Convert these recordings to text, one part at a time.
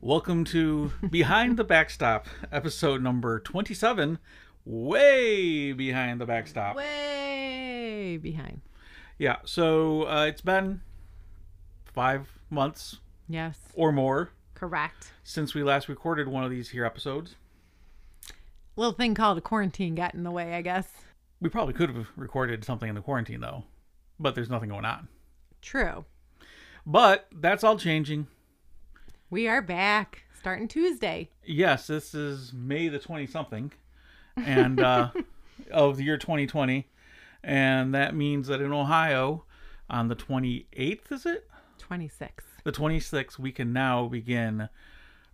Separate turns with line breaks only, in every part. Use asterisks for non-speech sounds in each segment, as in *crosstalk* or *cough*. Welcome to Behind the Backstop, episode number 27. Way behind the backstop.
Way behind.
Yeah, so uh, it's been five months
Yes.
or more
Correct.
since we last recorded one of these here episodes.
Little thing called a quarantine got in the way, I guess.
We probably could have recorded something in the quarantine, though, but there's nothing going on.
True.
But that's all changing.
We are back starting Tuesday.
Yes, this is May the 20 something and uh, of the year 2020. And that means that in Ohio, on the 28th, is it?
26.
The 26th, we can now begin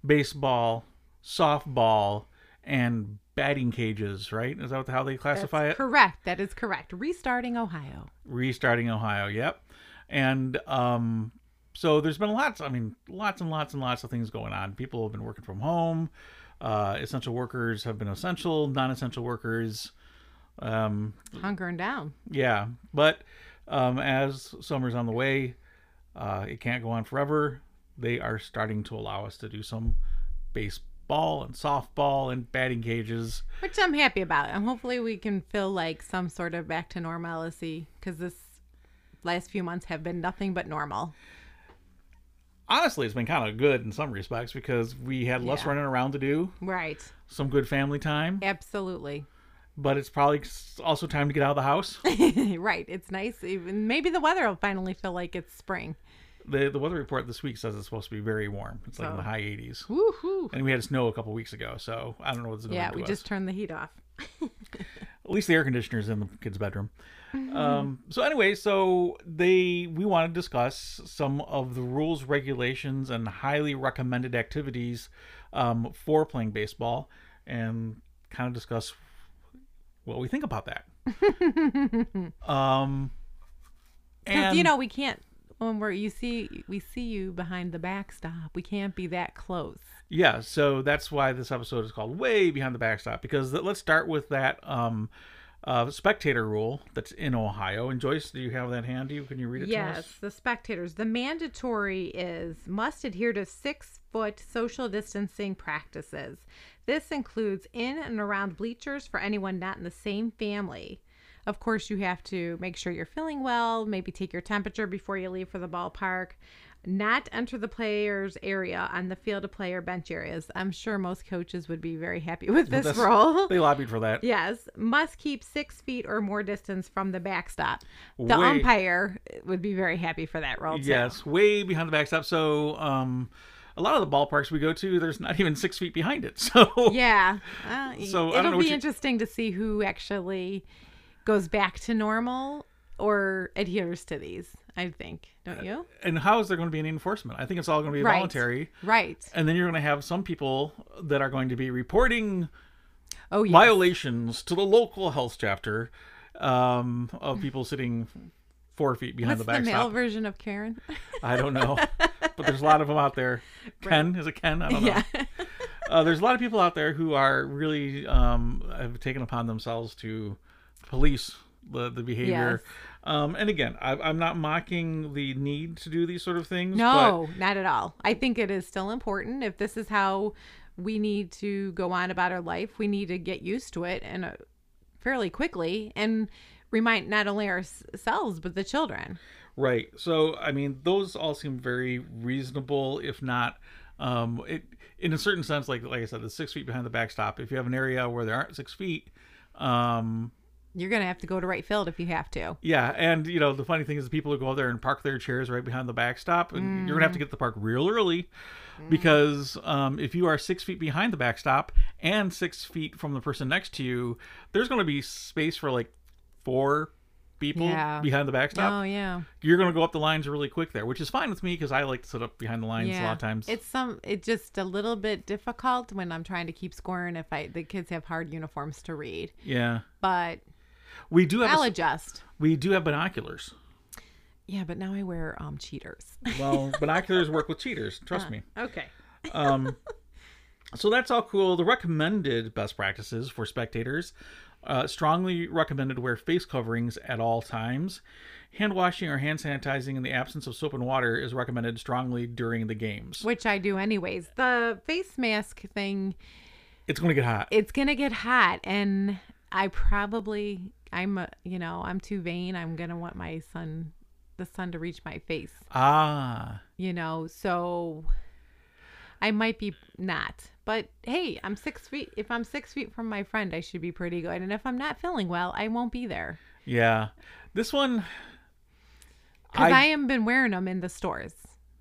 baseball, softball, and batting cages, right? Is that how they classify it?
Correct. That is correct. Restarting Ohio.
restarting Ohio. Yep. And um, so there's been lots. I mean, lots and lots and lots of things going on. People have been working from home. Uh, essential workers have been essential. Non-essential workers. Um,
Hunkering down.
yeah, but um, as summer's on the way, uh, it can't go on forever. They are starting to allow us to do some baseball and softball and batting cages.
Which I'm happy about. And hopefully we can feel like some sort of back to normalcy because this last few months have been nothing but normal.
Honestly, it's been kind of good in some respects because we had less
Yeah.
running around to do,
Right.
some good family time.
Absolutely. *laughs*
but it's probably also time to get out of the house. *laughs*
right. It's nice. Even maybe the weather will finally feel like it's spring.
the The weather report this week says it's supposed to be very warm. It's like in the
Oh.
high 80s,
Woohoo.
and we had snow a couple weeks ago, so I don't know what's going
Yeah,
to
we
us.
just turned the heat off.
At least the air conditioner's in the kid's bedroom.
Mm-hmm.
Um, so anyway, so they we want to discuss some of the rules, regulations, and highly recommended activities um, for playing baseball, and kind of discuss what we think about
*laughs*
that. um,
Because you know we can't when we're you see we see you behind the backstop. We can't be that close.
Yeah, so that's why this episode is called "Way Behind the Backstop" because th- let's start with that um, uh, spectator rule that's in Ohio. And Joyce, do you have that handy? Can you read it to us?
the spectators. The mandatory is must adhere to six foot social distancing practices. This includes in and around bleachers for anyone not in the same family. Of course, you have to make sure you're feeling well, maybe take your temperature before you leave for the ballpark. Not enter the player's area on the field of play or bench areas. I'm sure most coaches would be very happy with this
That's- *laughs*
rule.
They lobbied for that.
Yes, must keep six feet or more distance from the backstop. The
Wait.
umpire would be very happy for that role. Too.
Yes, way behind the backstop. So um, a lot of the ballparks we go to, there's not even six feet behind it. *laughs* So
Yeah. Uh,
So, I don't know
it'll
what
be
you-
interesting to see who actually goes back to normal or adheres to these. I think, don't you?
and how is there going to be any enforcement? I think it's all going to be
Right.
voluntary.
Right.
And then you're going to have some people that are going to be reporting
Oh yeah.
violations to the local health chapter um, of people sitting four feet behind
What's the,
the backstop.
male version of Karen?
I don't know, but there's a lot of them out
*laughs*
there. Ken is it Ken? I don't know.
yeah.
Uh, there's a lot of people out there who are really um, have taken upon themselves to police the the behavior. Um, and again, I, I'm not mocking the need to do these sort of things.
No, not at all. I think it is still important. If this is how we need to go on about our life, we need to get used to it and uh, fairly quickly and remind not only ourselves but the children.
But, right. So I mean, those all seem very reasonable, if not. Um, it in a certain sense, like like I said, the six feet behind the backstop. If you have an area where there aren't six feet, um,
You're going to have to go to right field if you have to.
Yeah, and you know the funny thing is the people who go out there and park their chairs right behind the backstop, and you're gonna have to get to the park real early, because um, if you are six feet behind the backstop and six feet from the person next to you, there's gonna be space for like four people
Yeah.
behind the backstop.
Oh yeah,
You're gonna go up the lines really quick there, which is fine with me because I like to sit up behind the lines
yeah.
a lot of times.
It's some. It's just a little bit difficult when I'm trying to keep score and if I the kids have hard uniforms to read,
yeah,
but
we do have
I'll
a,
adjust.
we do have binoculars.
Yeah, but now I wear um cheaters. *laughs*
Well, binoculars work with cheaters. Trust
Uh.
me.
okay.
Um, so that's all cool. The recommended best practices for spectators Uh, strongly recommended to wear face coverings at all times. Hand washing or hand sanitizing in the absence of soap and water is recommended strongly during the games.
which I do anyways. The face mask thing,
It's going to get hot.
it's going to get hot and I probably I'm a, you know, I'm too vain. I'm going to want my sun the sun to reach my face,
Ah.
you know. So I might be not. But hey, I'm 6 feet. If I'm 6 feet from my friend, I should be pretty good. And if I'm not feeling well, I won't be there.
Yeah. This one.
Cuz I,
I-
haven't been wearing them in the stores.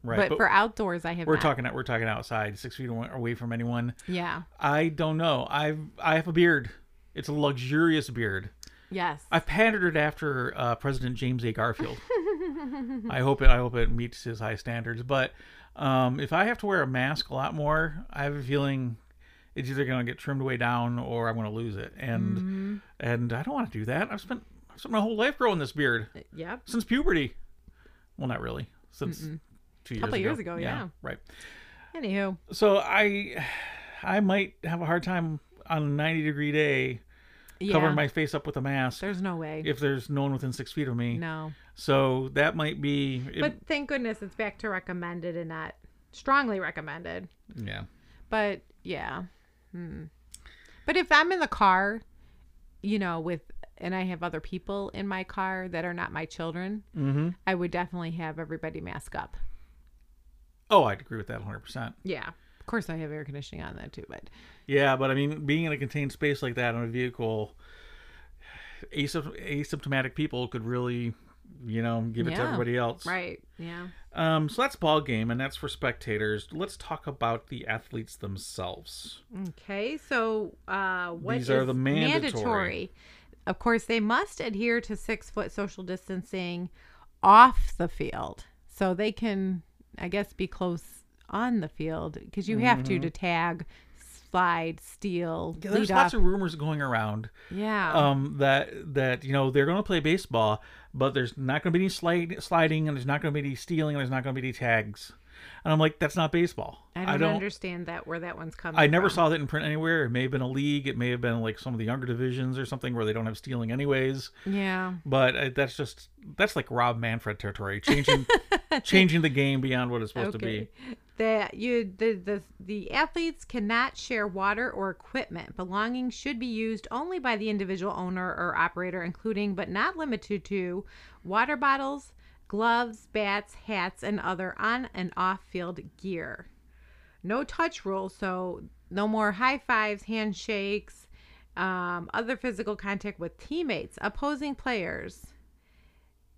Right.
but, for outdoors I have
we're
not.
talking we're talking outside, six feet awa- away from anyone.
yeah.
I don't know. I've I have a beard. It's a luxurious beard.
Yes.
I've patterned it after uh, President James A.
*laughs*
Garfield. I hope it I hope it meets his high standards. But um, if I have to wear a mask a lot more, I have a feeling it's either going to get trimmed way down or I'm going to lose it. And
Mm-hmm.
and I don't want to do that. I've spent I've spent my whole life growing this beard
yep.
since puberty. Well, not really. Since two years
Couple
ago.
years ago, yeah.
Right.
Anywho,
So I I might have a hard time on a 90 degree day
yeah.
covering my face up with a mask
There's no way.
if there's no one within six feet of me.
no.
So that might be. it-
But thank goodness it's back to recommended and not strongly recommended.
yeah.
But yeah. Hmm. But if I'm in the car, you know, with and I have other people in my car that are not my children,
Mm-hmm.
I would definitely have everybody mask up.
Oh, I'd agree with that 100%.
Yeah. Of course I have air conditioning on that too, but
Yeah, but I mean, being in a contained space like that on a vehicle, asympt- asymptomatic people could really, you know, give it to
Yeah.
everybody else.
right. Yeah.
Um, so that's ball game, and that's for spectators. Let's talk about the athletes themselves.
Okay, so uh, what
These are
is
the mandatory.
Of course, they must adhere to six foot social distancing off the field, so they can, I guess, be close on the field because you have to to tag, slide, steal,
Mm-hmm. Yeah,
lead
there's
off.
lots of rumors going around
yeah,
um, that that you know they're going to play baseball, but there's not going to be any slide, sliding, and there's not going to be any stealing, and there's not going to be any tags. And I'm like, that's not baseball.
I, don't understand that where that one's coming.
I never
from.
saw that in print anywhere. It may have been a league. It may have been like some of the younger divisions or something where they don't have stealing anyways.
Yeah,
But I, that's just that's like Rob Manfred territory, changing
*laughs*
changing the game beyond what it's supposed to be.
okay. That you the, the the athletes cannot share water or equipment. Belongings should be used only by the individual owner or operator, including but not limited to water bottles, gloves, bats, hats, and other on and off field gear. No touch rule, so no more high fives, handshakes, um, other physical contact with teammates, opposing players.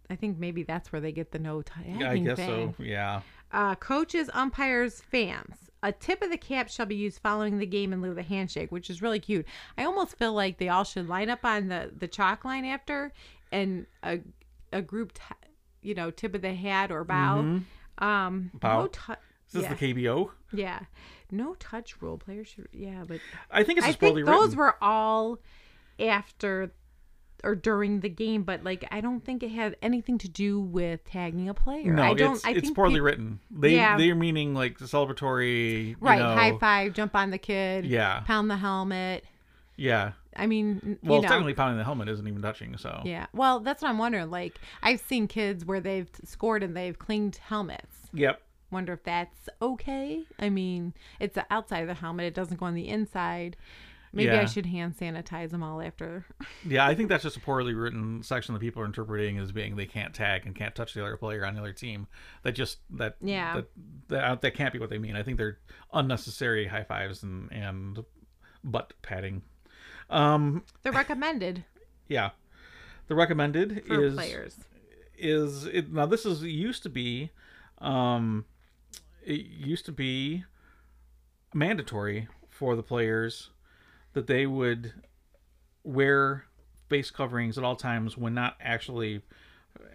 I think maybe that's where they get the no touch.
I guess so. Yeah.
Uh, coaches, umpires, fans. A tip of the cap shall be used following the game in lieu of the handshake, which is really cute. I almost feel like they all should line up on the the chalk line after, and a a group, t- you know, tip of the hat or bow. Um,
Mm-hmm. Bow.
No tou-
Is this
yeah,
the KBO?
yeah, no touch rule. Players should yeah, but
I think it's
I
just
think
poorly
those
written.
were all after or during the game, but like I don't think it had anything to do with tagging a player.
no,
I don't.
it's,
I
it's
think
poorly
peop-
written. They
Yeah.
they're meaning like the celebratory, you
Right,
know-
high five, jump on the kid,
Yeah,
pound the helmet.
yeah.
I mean, n-
Well,
you know,
technically, pounding the helmet isn't even touching. So
yeah. Well, that's what I'm wondering. Like, I've seen kids where they've scored and they've cleaned helmets.
yep.
Wonder if that's okay. I mean, it's the outside of the helmet; it doesn't go on the inside. Maybe I
Yeah.
should hand sanitize them all after. *laughs*
Yeah, I think that's just a poorly written section that people are interpreting as being they can't tag and can't touch the other player on the other team. That just that
Yeah.
that that, that can't be what they mean. I think they're unnecessary high fives and and butt patting. Um,
They're recommended
yeah, the recommended
for
is
players.
is it, now this is it used to be, um, it used to be mandatory for the players that they would wear face coverings at all times when not actually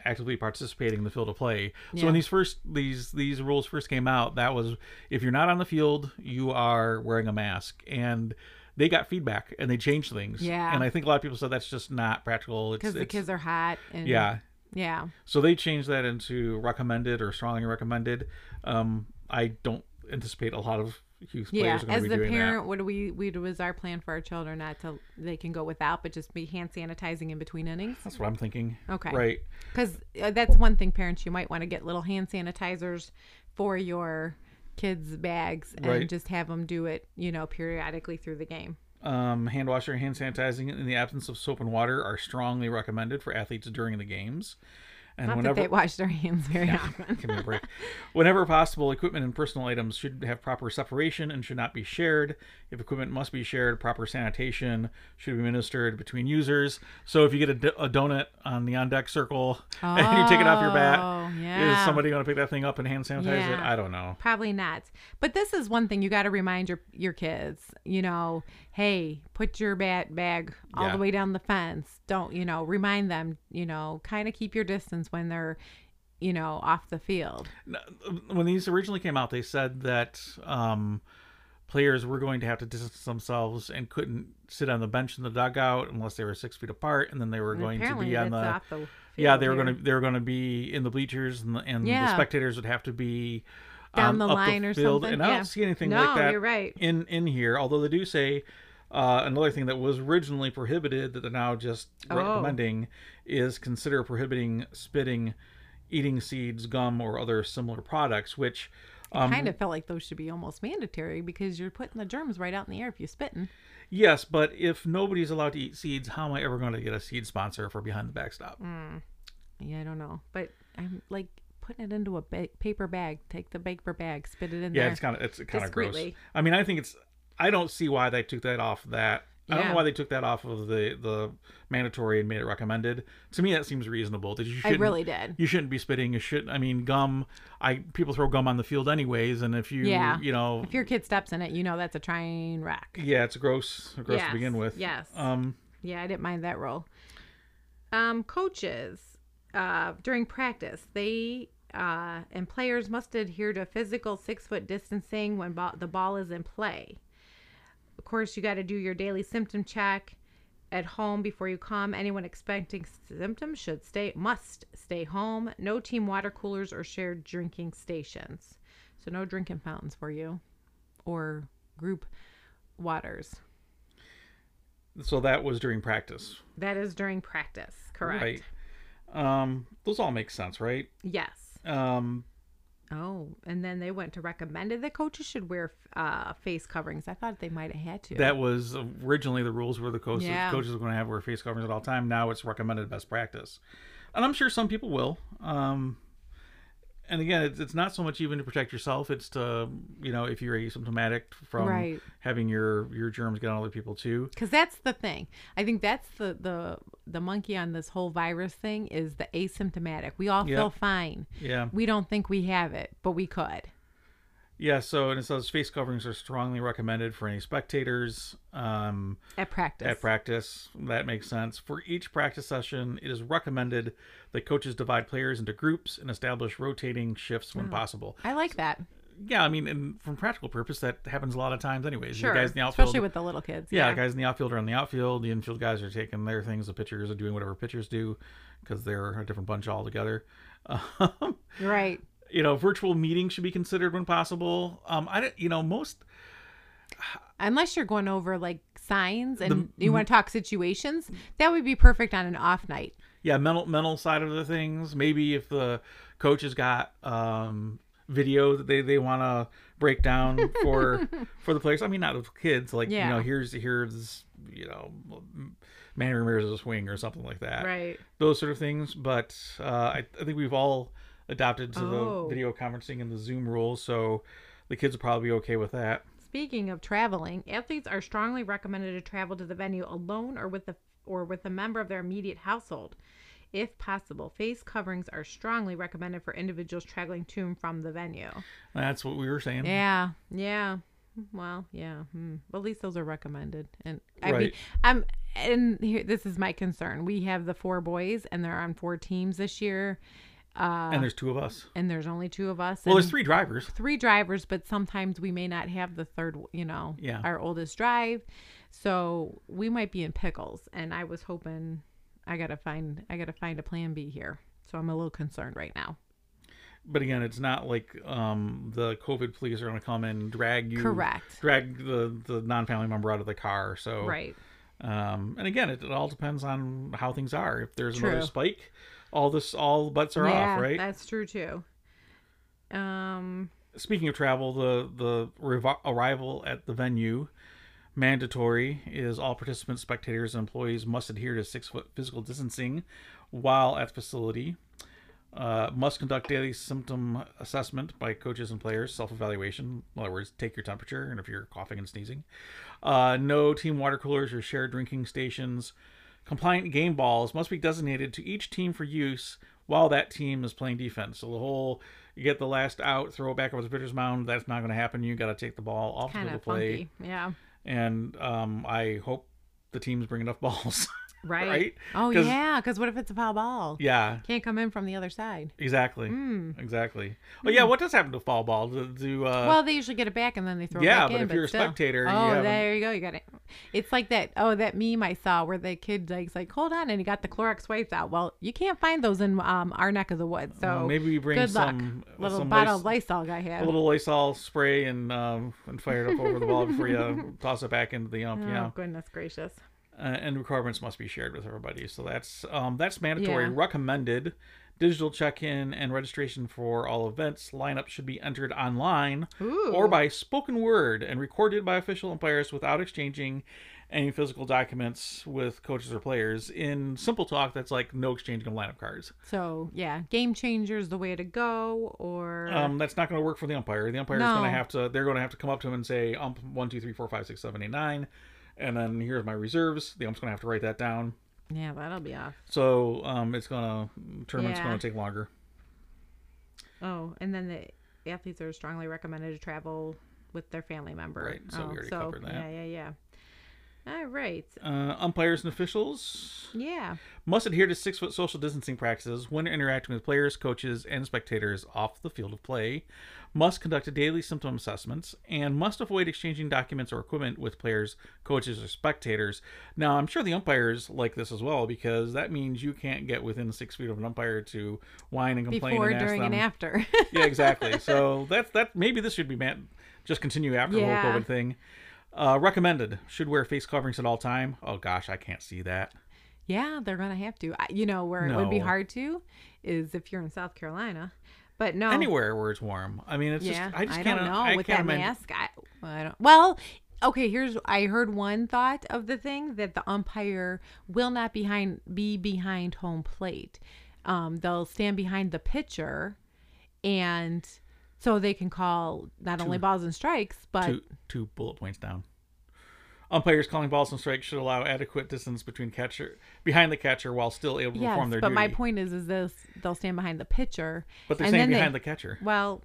actively participating in the field of play. So
Yeah.
when these first these these rules first came out, that was if you're not on the field, you are wearing a mask and they got feedback and they changed things.
Yeah.
And I think a lot of people said that's just not practical. It's-
because the
it's-
kids are hot and
yeah,
yeah
so they changed that into recommended or strongly recommended. Um, I don't anticipate a lot of Hughes
Yeah,
players are going
as
to
the
be doing
parent, what do we? What was our plan for our children? Not to they can go without, but just be hand sanitizing in between innings.
that. That's what I'm thinking.
Okay.
Right.
Because uh, that's one thing, parents, you might want to get little hand sanitizers for your kids' bags and
Right.
just have them do it, you know, periodically through the game.
Um, hand washing and hand sanitizing in the absence of soap and water are strongly recommended for athletes during the games. And
Not
whenever
that they wash their hands very often.
Give me a break. Whenever possible, equipment and personal items should have proper separation and should not be shared. If equipment must be shared, proper sanitation should be ministered between users. So if you get a, do- a donut on the on deck circle *laughs* *laughs* and you take it off your bat,
Oh, yeah.
is somebody going to pick that thing up and hand sanitize it?
Yeah.
I don't know.
Probably not. But this is one thing you got to remind your your kids. You know, hey, put your bat bag all
Yeah.
the way down the fence. Don't you know? Remind them. You know, kind of keep your distance when they're, you know, off the field.
N- uh, When these originally came out, they said that um, players were going to have to distance themselves and couldn't sit on the bench in the dugout unless they were six feet apart, and then they were
And
going to
apparently
be on the
that's off the
yeah
field
they were
here.
going to they were going to be in the bleachers and the, and the
Yeah.
spectators would have to be
Down
um,
the
up
line or
field.
something,
and i
yeah.
don't see anything
No,
like that
you're right.
in in here although they do say uh, another thing that was originally prohibited that they're now just
Oh.
recommending is consider prohibiting spitting eating seeds gum or other similar products which um,
kind of felt like those should be almost mandatory because you're putting the germs right out in the air if you're spitting.
yes but if nobody's allowed to eat seeds how am i ever going to get a seed sponsor for behind the backstop
Yeah, I don't know, but I'm like putting it into a ba- paper bag. Take the paper bag, spit it in
Yeah,
there.
it's kind of it's kind of gross.
discreetly.
I mean, I think it's. I don't see why they took that off that. I don't
Yeah.
know why they took that off of the the mandatory and made it recommended. To me, that seems reasonable. That you
I
shouldn't.
really did.
You shouldn't be spitting. You should. I mean, gum. I people throw gum on the field anyways, and if you
Yeah.
you know
If your kid steps in it, you know that's a train wreck.
yeah, it's gross gross
Yes,
to begin with.
yes.
Um.
Yeah, I didn't mind that role. Um, coaches uh, during practice, they uh, and players must adhere to physical six foot distancing when ball, the ball is in play. Of course, you got to do your daily symptom check at home before you come. Anyone expecting symptoms should stay must stay home. No team water coolers or shared drinking stations. So no drinking fountains for you, or group waters.
So that was during practice,
That is during practice, correct?
right? Um. Those all make sense, right?
Yes.
Um.
Oh, and then they went to recommended that coaches should wear uh, face coverings. I thought they might have had to.
That was originally the rules were the coaches,
Yeah.
coaches were going to have wear face coverings at all time. Now it's recommended best practice, and I'm sure some people will. Um, and again, it's, it's not so much even to protect yourself; it's to you know if you're asymptomatic from
Right.
having your your germs get on other people too.
Because that's the thing. I think that's the, the the monkey on this whole virus thing is the asymptomatic. We all
Yeah.
feel fine.
Yeah,
We don't think we have it, but we could.
yeah. So and it says face coverings are strongly recommended for any spectators. Um,
At practice.
At practice, that makes sense. For each practice session, it is recommended that coaches divide players into groups and establish rotating shifts when possible.
I like that.
Yeah, I mean, and from practical purpose, that happens a lot of times, anyways.
Sure.
The guys in the outfield,
Especially with the little kids.
yeah, guys in the outfield are in the outfield. The infield guys are taking their things. The pitchers are doing whatever pitchers do because they're a different bunch altogether. *laughs* Um,
Right.
you know, virtual meetings should be considered when possible. Um, I don't, you know, most
Unless you're going over like signs and you want to talk situations, that would be perfect on an off night.
yeah mental mental side of the things maybe if the coach has got um video that they they want to break down
*laughs*
for for the players i mean not with kids like
Yeah.
you know here's here's you know manny ramirez's swing or something like that
Right.
those sort of things but uh i, I think we've all adopted to
Oh.
the video conferencing and the zoom rules so the kids will probably be okay with that
Speaking of traveling, athletes are strongly recommended to travel to the venue alone or with a or with a member of their immediate household. If possible, face coverings are strongly recommended for individuals traveling to and from the venue.
that's what we were saying
Yeah, yeah. Well, yeah. Hmm. But at least those are recommended. And I mean,
Right.
I'm and here this is my concern. We have the four boys, and they're on four teams this year,
and there's two of us
and there's only two of us.
well
and-
there's three drivers
three drivers, but sometimes we may not have the third, you know,
Yeah.
our oldest drive. So we might be in pickles. And I was hoping I gotta find I gotta find a plan B here. So I'm a little concerned right now.
But again, it's not like um, the COVID police are going to come and drag you,
Correct.
drag the the non family member out of the car. So
Right.
Um, and again, it, it all depends on how things are. If there's another
True.
spike, all this all butts are
yeah,
off, right?
That's true too. Um,
Speaking of travel, the the revi- arrival at the venue mandatory is all participants, spectators, and employees must adhere to six foot physical distancing while at the facility. Uh, must conduct daily symptom assessment by coaches and players, self evaluation. In other words, take your temperature and if you're coughing and sneezing. Uh, no team water coolers or shared drinking stations. Compliant game balls must be designated to each team for use while that team is playing defense. So the whole you get the last out, throw it back over the pitcher's mound. That's not going to happen. You got to take the ball off
kind
the
of
play
funky. Yeah.
and um, I hope the teams bring enough *laughs* balls.
Right.
Right?
Oh
'Cause-
yeah, because what if it's a foul ball?
yeah,
Can't come in from the other side.
exactly,
Mm.
exactly. Oh yeah, what does happen to foul ball? Do, do uh,
well, they usually get it back and then they throw
yeah,
it back in.
but if you're a
still.
spectator, you
oh,
haven't-
there you go. You got it. It's like that. Oh, that meme I saw where the kid like's like, hold on, and he got the Clorox wipes out. Well, you can't find those in um, our neck of the woods. So
maybe we bring
good
some uh,
luck. Little
some
bottle
Lys-
of Lysol guy had.
a little Lysol spray and um, and fire it up over the ball before you uh,
*laughs*
toss it back into the ump.
oh
Yeah,
goodness gracious.
uh, and requirements must be shared with everybody. So that's um, that's mandatory.
Yeah.
Recommended. Digital check-in and registration for all events lineup should be entered online
Ooh.
or by spoken word and recorded by official and players without exchanging any physical documents with coaches or players. In simple talk, that's like no exchanging of lineup cards.
So yeah, game changers the way to go. Or
Um, that's not going to work for the umpire. The umpire is
No.
going to have to. They're going to have to come up to him and say, "Ump, one, two, three, four, five, six, seven, eight, nine, and then here's my reserves." The ump's going to have to write that down.
yeah, that'll be off.
So um, it's going to tournament's
Yeah.
going to take longer.
Oh, and then the athletes are strongly recommended to travel with their family member.
Right, so we
Oh,
already covered that.
Yeah, yeah, yeah. All right.
Uh, umpires and officials
Yeah.
must adhere to six foot social distancing practices when interacting with players, coaches, and spectators off the field of play, must conduct daily symptom assessments, and must avoid exchanging documents or equipment with players, coaches, or spectators. Now, I'm sure the umpires like this as well because that means you can't get within six feet of an umpire to whine and complain
Before,
and ask
during,
them.
and after. *laughs*
yeah, exactly. So that's that. Maybe this should be man, just continue after the
Yeah.
whole COVID thing. Uh, recommended should wear face coverings at all time. Oh gosh, I can't see that.
yeah, they're gonna have to. I- You know where it would be
No.
hard to is if you're in South Carolina, but no.
anywhere where it's warm. I mean, it's
Oh. Yeah,
just I just can't
don't know
I
with
can't
that
imagine-
mask. I, well, I don't. Well, okay. Here's I heard one thought of the thing that the umpire will not behind be behind home plate. Um, they'll stand behind the pitcher, and so they can call not only balls and strikes, but
Two two bullet points down. Umpires calling balls and strikes should allow adequate distance between catcher behind the catcher while still able to
yes.
perform
But
their duty.
my point is, is this they'll stand behind the pitcher,
but they're
and
saying
then they-
behind the catcher.
Well,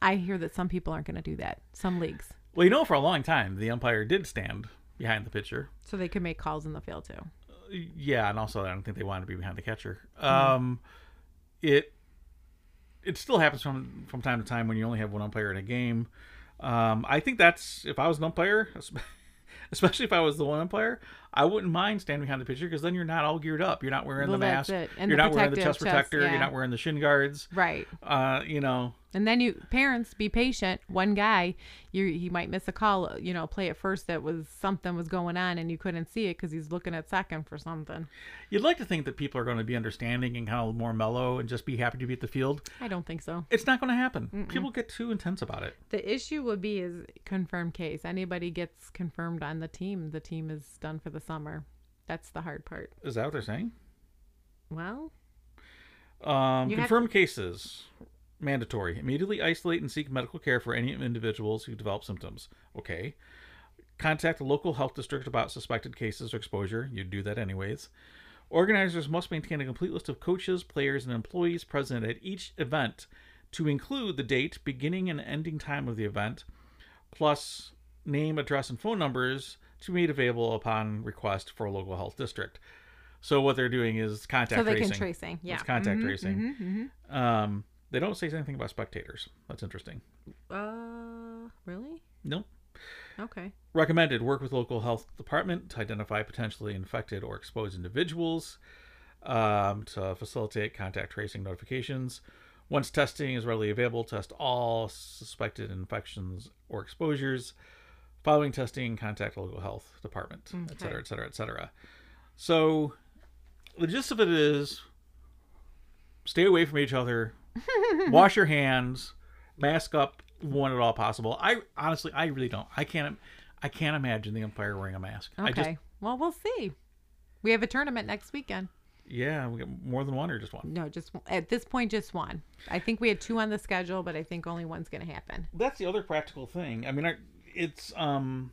I hear that some people aren't going to do that. Some leagues,
Well, you know, for a long time the umpire did stand behind the pitcher.
so they can make calls in the field too.
Yeah, and also I don't think they wanted to be behind the catcher.
Mm-hmm.
Um, It it still happens from from time to time when you only have one umpire in a game. Um, I think that's if I was an umpire, *laughs* espe- especially if I was the one umpire, I wouldn't mind standing behind the pitcher because then you're not all geared up. You're not wearing
Well,
the
that's
mask.
it. And
you're
the
not wearing the
protective
chest protector.
chest, yeah.
You're not wearing the shin guards.
Right.
Uh, you know,
And then you parents be patient. One guy, you he might miss a call. You know, play at first that was something was going on and you couldn't see it because he's looking at second for something.
you'd like to think that people are going to be understanding and kind of more mellow and just be happy to be at the field.
I don't think so.
It's not going to happen. People get too intense about it.
The issue would be is confirmed case. Anybody gets confirmed on the team, the team is done for the summer. That's the hard part.
Is that what they're saying?
Well,
Um,
You have
confirmed cases mandatory. Immediately isolate and seek medical care for any individuals who develop symptoms. Okay. Contact the local health district about suspected cases or exposure. You'd do that anyways. Organizers must maintain a complete list of coaches, players, and employees present at each event to include the date, beginning, and ending time of the event, plus name, address, and phone numbers to be made available upon request for a local health district. So what they're doing is contact
so they
tracing.
can tracing. Yeah.
It's contact
Mhm,
tracing.
mhm, mhm.
Um, they don't say anything about spectators. That's interesting.
Uh, really?
Nope.
Okay.
Recommended work with local health department to identify potentially infected or exposed individuals um, to facilitate contact tracing notifications. Once testing is readily available, test all suspected infections or exposures. Following testing, contact local health department, et cetera,
Okay.
et cetera, et cetera. So, the gist of it is stay away from each other, wash your hands, mask up when at all possible. I honestly, I really don't. I can't, I can't imagine the umpire wearing a mask. I
Okay.
just,
well, we'll see. We have a tournament next weekend.
yeah, we got more than one or just one.
No, just at this point, just one. I think we had two on the schedule, but I think only one's going to happen.
that's the other practical thing. I mean, I, it's um.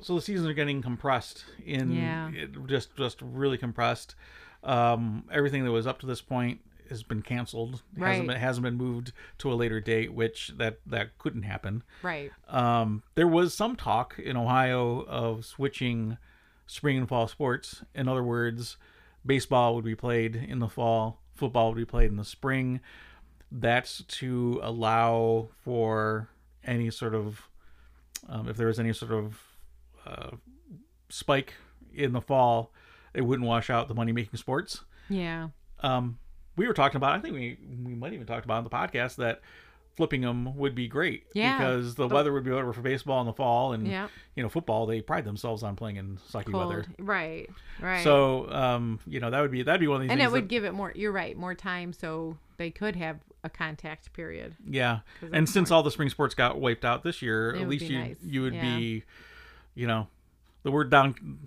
So the seasons are getting compressed in
Yeah.
it, just just really compressed. Um, everything that was up to this point has been canceled.
Right.
Hasn't been, hasn't been moved to a later date, which that that couldn't happen.
Right.
Um, there was some talk in Ohio of switching spring and fall sports. In other words, baseball would be played in the fall, football would be played in the spring. That's to allow for any sort of, um, if there was any sort of uh, spike in the fall, it wouldn't wash out the money making sports
Yeah.
um, we were talking about. I think we we might even talked about on the podcast that flipping them would be great
Yeah.
because the weather would be better for baseball in the fall and
Yeah.
you know football they pride themselves on playing in sucky weather.
Cold. Right. Right.
So um, you know that would be that'd be one of these
and
things.
it would
that-
give it more. You're right. More time, so they could have a contact period.
yeah,
'cause
and
that's
since all the spring sports got wiped out this year, at
would
least
be
you
nice.
you would
Yeah.
be, you know, the word down.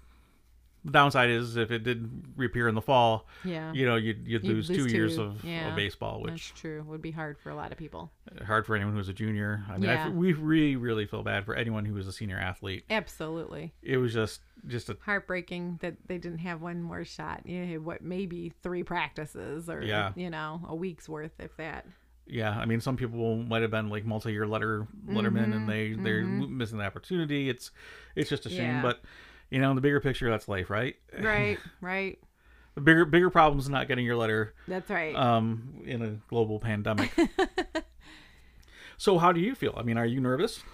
The downside is if it did reappear in the fall,
Yeah.
you know you'd you'd
You'd
lose,
lose
two, years
two.
of,
Yeah.
of baseball, which
That's true. Would be hard for a lot of people.
hard for anyone who's a junior. I mean, I f
Yeah.
we really, really feel bad for anyone who was a senior athlete.
Absolutely.
It was just, just a
Heartbreaking that they didn't have one more shot. You had what maybe three practices or
Yeah.
you know a week's worth, if that.
yeah. I mean, some people might have been like multi-year letter lettermen,
Mm-hmm.
and they they're missing the opportunity. It's, it's just a shame.
Yeah.
But you know, in the bigger picture, that's life, right? *laughs*
Right. Right.
The bigger bigger problem is not getting your letter
That's right.
um, in a global
*laughs*
pandemic. so, how do you feel? I mean, are you nervous? *laughs*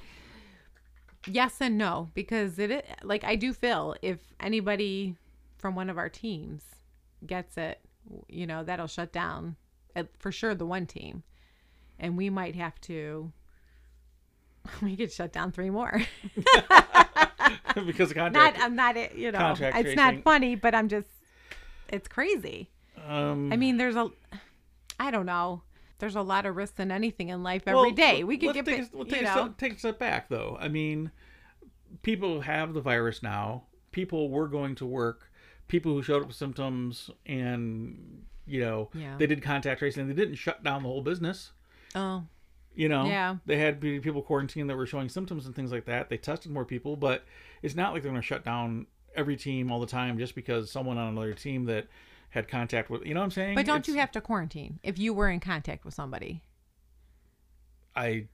yes and no because it i- like i do feel if anybody from one of our teams gets it w- you know that'll shut down uh, for sure the one team and we might have to *laughs* we could shut down three more *laughs*
because the
not
contract.
i'm not uh, you know
Contact
it's
tracing.
not funny but i'm just it's crazy
um,
i mean there's a i don't know there's a lot of risks in anything in life every day. we could
let's
get
take,
it,
a- we'll
you
take, a
know.
step, take a step back though. I mean, people have the virus now. People were going to work. People who showed up with symptoms and you know
Yeah.
they did contact tracing. They didn't shut down the whole business.
Oh,
You know,
Yeah.
they had pe- people quarantined that were showing symptoms and things like that. They tested more people, but it's not like they're going to shut down every team all the time just because someone on another team that had contact with. You know what I'm saying?
but don't
It's-
you have to quarantine if you were in contact with somebody?
I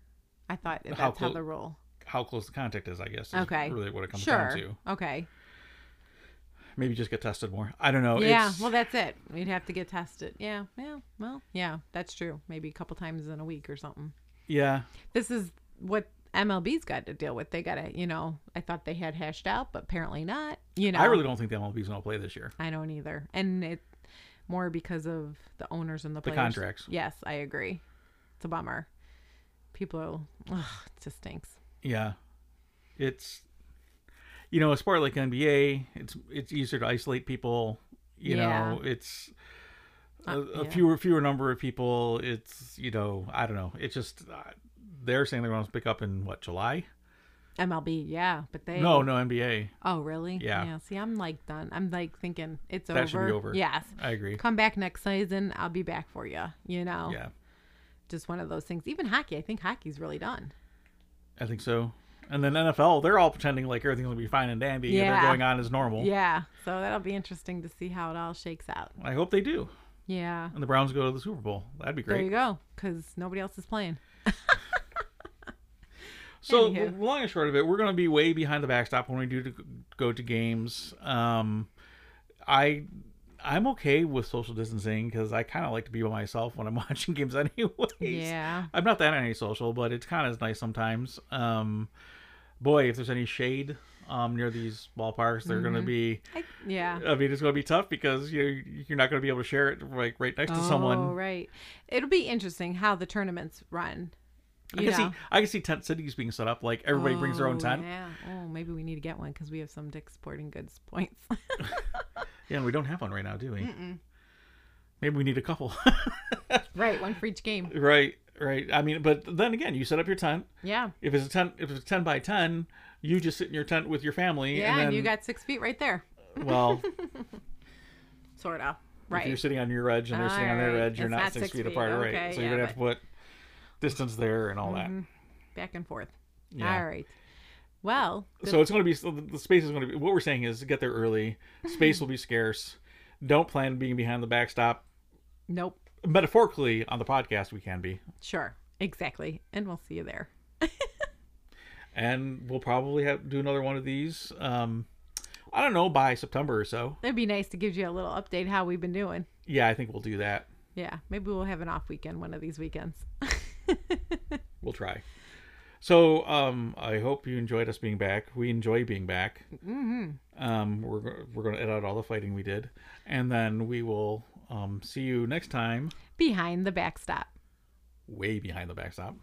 I thought that's
How
how,
clo-
the rule.
how close the contact is, I guess. Is
Okay.
Really, what it comes
Sure.
down to.
Okay.
maybe just get tested more. I don't know.
yeah.
Oh, It's,
Well, that's it. We'd have to get tested. Yeah. Yeah. Well. Yeah. That's true. Maybe a couple times in a week or something.
yeah.
This is what MLB's got to deal with. They got to, you know. I thought they had hashed out, but apparently not. You know.
I really don't think the MLB's going to play this year.
I don't either. And it more because of the owners and the
The
players.
contracts.
Yes, I agree. It's a bummer. People. Ugh, it just stinks.
Yeah. It's, you know, a sport like NBA, it's it's easier to isolate people. You know, it's a,
Uh,
a
yeah.
fewer fewer number of people. It's you know, I don't know. It's just uh, they're saying they're going to pick up in what July?
MLB. Yeah. But they.
No, no NBA.
Oh, really?
Yeah.
See, I'm like done. I'm like thinking it's over.
That should be over.
Yes.
I agree.
Come back next season. I'll be back for you. You know,
Yeah,
just one of those things. Even hockey. I think hockey's really done.
I think so. And then NFL, they're all pretending like everything's going to be fine and dandy, and
Yeah.
they're going on as normal.
Yeah. So that'll be interesting to see how it all shakes out.
I hope they do,
Yeah.
and the Browns go to the Super Bowl. That'd be great.
There you go. Because nobody else is playing.
So
Anywho.
long and short of it, we're going to be way behind the backstop when we do to go to games. Um, I I'm okay with social distancing because I kind of like to be by myself when I'm *laughs* watching games, anyways.
Yeah.
I'm not that antisocial, but it's kind of nice sometimes. Um, boy, if there's any shade um, near these ballparks. They're
Mm-hmm.
going to be,
I, yeah.
I mean, it's going to be tough because you you're not going to be able to share it like right next to
Oh,
someone.
right. It'll be interesting how the tournaments run.
I
You
can see
know.
I can see tent cities being set up like everybody brings their own
Oh,
tent. Yeah.
Yeah. Oh, maybe we need to get one because we have some Dick's Sporting Goods points. *laughs*
and we don't have one right now, do we? Maybe we need a couple. *laughs*
right. One for each game.
right, right. I mean, but then again, you set up your tent.
Yeah.
If it's a tent, if it's a ten by ten, you just sit in your tent with your family. and,
Yeah. And,
then,
you got six feet right there.
*laughs*
*laughs*
well,
Sort
if
of.
you're
Right.
sitting on your edge and they're sitting on their
Alright.
edge, you're
It's
not,
not
six,
six
feet,
feet,
apart,
okay,
right? So
yeah,
you're gonna have to put distance there and all that.
Back and forth.
Yeah.
All right. Well, the-
So it's going to be so the the space is going to be. What we're saying is get there early. Space will be scarce. Don't plan being behind the backstop.
nope.
Metaphorically, on the podcast, we can be,
Sure. Exactly. And we'll see you there.
and we'll probably have do another one of these. Um, I don't know by September or so.
It'd be nice to give you a little update how we've been doing.
Yeah, I think we'll do that.
Yeah. Maybe we'll have an off weekend one of these weekends. *laughs*
We'll try. So um, I hope you enjoyed us being back. We enjoy being back. Mm-hmm. Um, we're go- we're going to edit out all the fighting we did, and then we will um, see you next time.
Behind the backstop.
Way behind the backstop.